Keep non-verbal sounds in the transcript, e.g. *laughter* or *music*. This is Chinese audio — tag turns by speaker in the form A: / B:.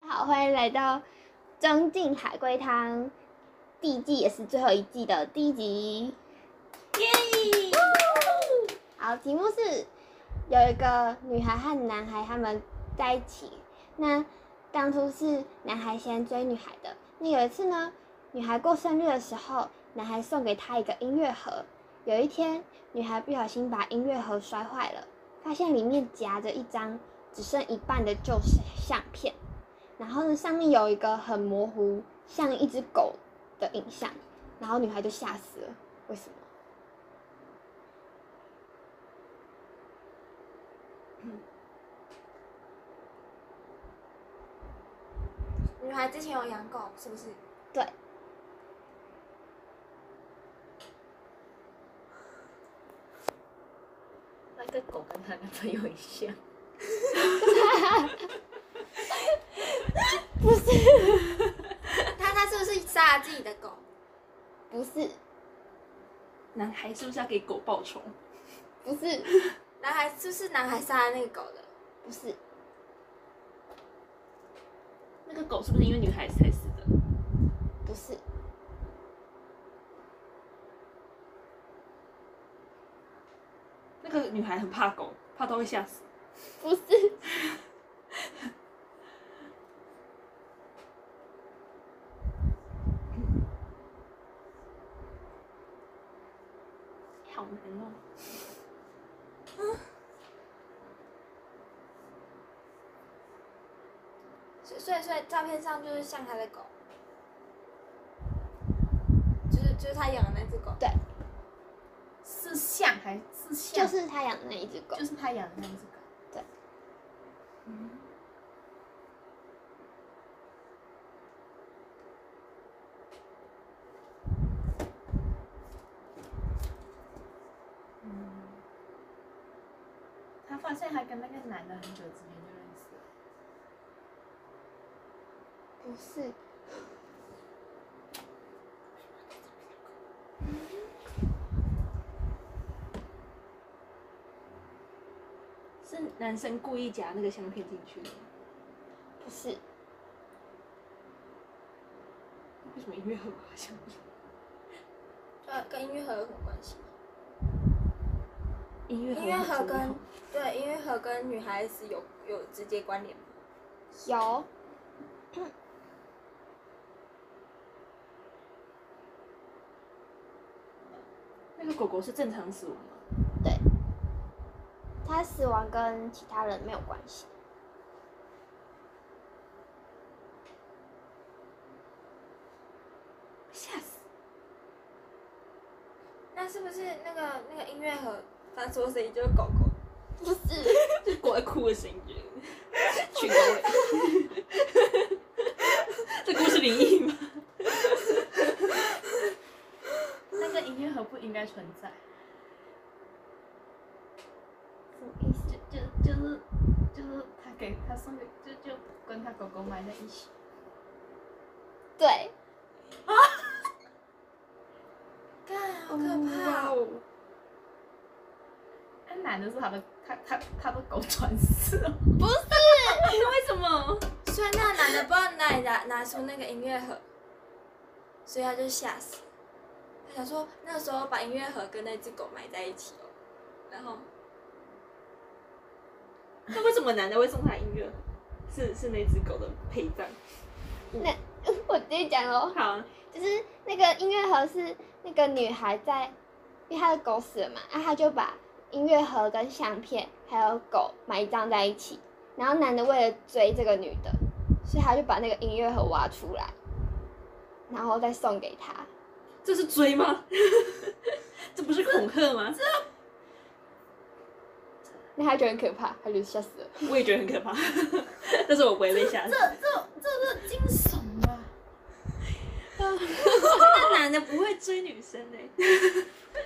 A: 好，欢迎来到《增进海龟汤》第一季，也是最后一季的第一集。
B: 耶！
A: 好，题目是有一个女孩和男孩他们在一起，那当初是男孩先追女孩的。那有一次呢，女孩过生日的时候，男孩送给她一个音乐盒。有一天，女孩不小心把音乐盒摔坏了，发现里面夹着一张只剩一半的旧相片，然后呢，上面有一个很模糊像一只狗的影像，然后女孩就吓死了。为什么？
B: 女孩之前有养狗，是不 *laughs* 是？
A: 对。
C: 那个狗跟她男朋友很像，
B: 她她是不是杀了自己的狗？
A: 不是，
D: 男孩是不是要给狗报仇？
A: 不是，
B: 男孩是不是男孩杀了那个狗的？
A: 不是。
D: 那个狗是不是因为女孩子才死的？
A: 不是，
D: 那个女孩很怕狗，怕到会吓死。
A: 不是，
D: 好难哦。
B: 所以所以所以照片上就是像她的狗，就是就是她养的那只狗。
A: 对，
C: 是像还是
A: 就
C: 像？
A: 是他养的那一只狗
C: 就。是他养的那只狗。嗯嗯，他发现他跟那个男的很久之前就认识了，
A: 不是，
D: 是男生故意夹那个相片进去的。
A: 不是，
D: 为什么音乐盒啊有相片？
B: 呃，跟音乐盒有什么关系？
D: 音乐盒
B: 音乐盒跟对音乐盒跟女孩子有有直接关联吗？
A: 有，
D: 那个狗狗是正常死亡吗？
A: 他死亡跟其他人没有关系。
D: 吓死！
B: 那是不是那个那个音乐盒发出的声音就是狗狗？
A: 不是，
D: 这狗在哭的声音， *laughs* 群狗尾。这故事灵异吗？
C: 那个音乐盒不应该存在，
A: 什么意思？
C: 就就就是就是他给他送给就就跟他狗狗买在一起，
A: 对，
B: 干，好可怕、哦！
D: 哦！
C: 那男的是他的他他他的狗转世了，
D: 为什么？
B: 虽然那个男的不知道哪里拿拿出那个音乐盒，所以他就吓死。他想说那时候把音乐盒跟那只狗埋在一起哦，然后
D: 那为什么男的会送他音乐盒？是是那只狗的陪葬。
A: 我直接讲喽，
D: 好，
A: 就是那个音乐盒是那个女孩在，因为她的狗死了嘛，啊，她就把音乐盒跟相片还有狗埋葬在一起。然后男的为了追这个女的，所以他就把那个音乐盒挖出来，然后再送给她。
D: 这是追吗？ *laughs* 这不是恐吓吗？
A: 那他觉得很可怕，他就吓死了。
D: 我也觉得很可怕， *laughs* 但是我不会被吓死。
C: 这是惊悚吧？
D: 那男的不会追女生呢、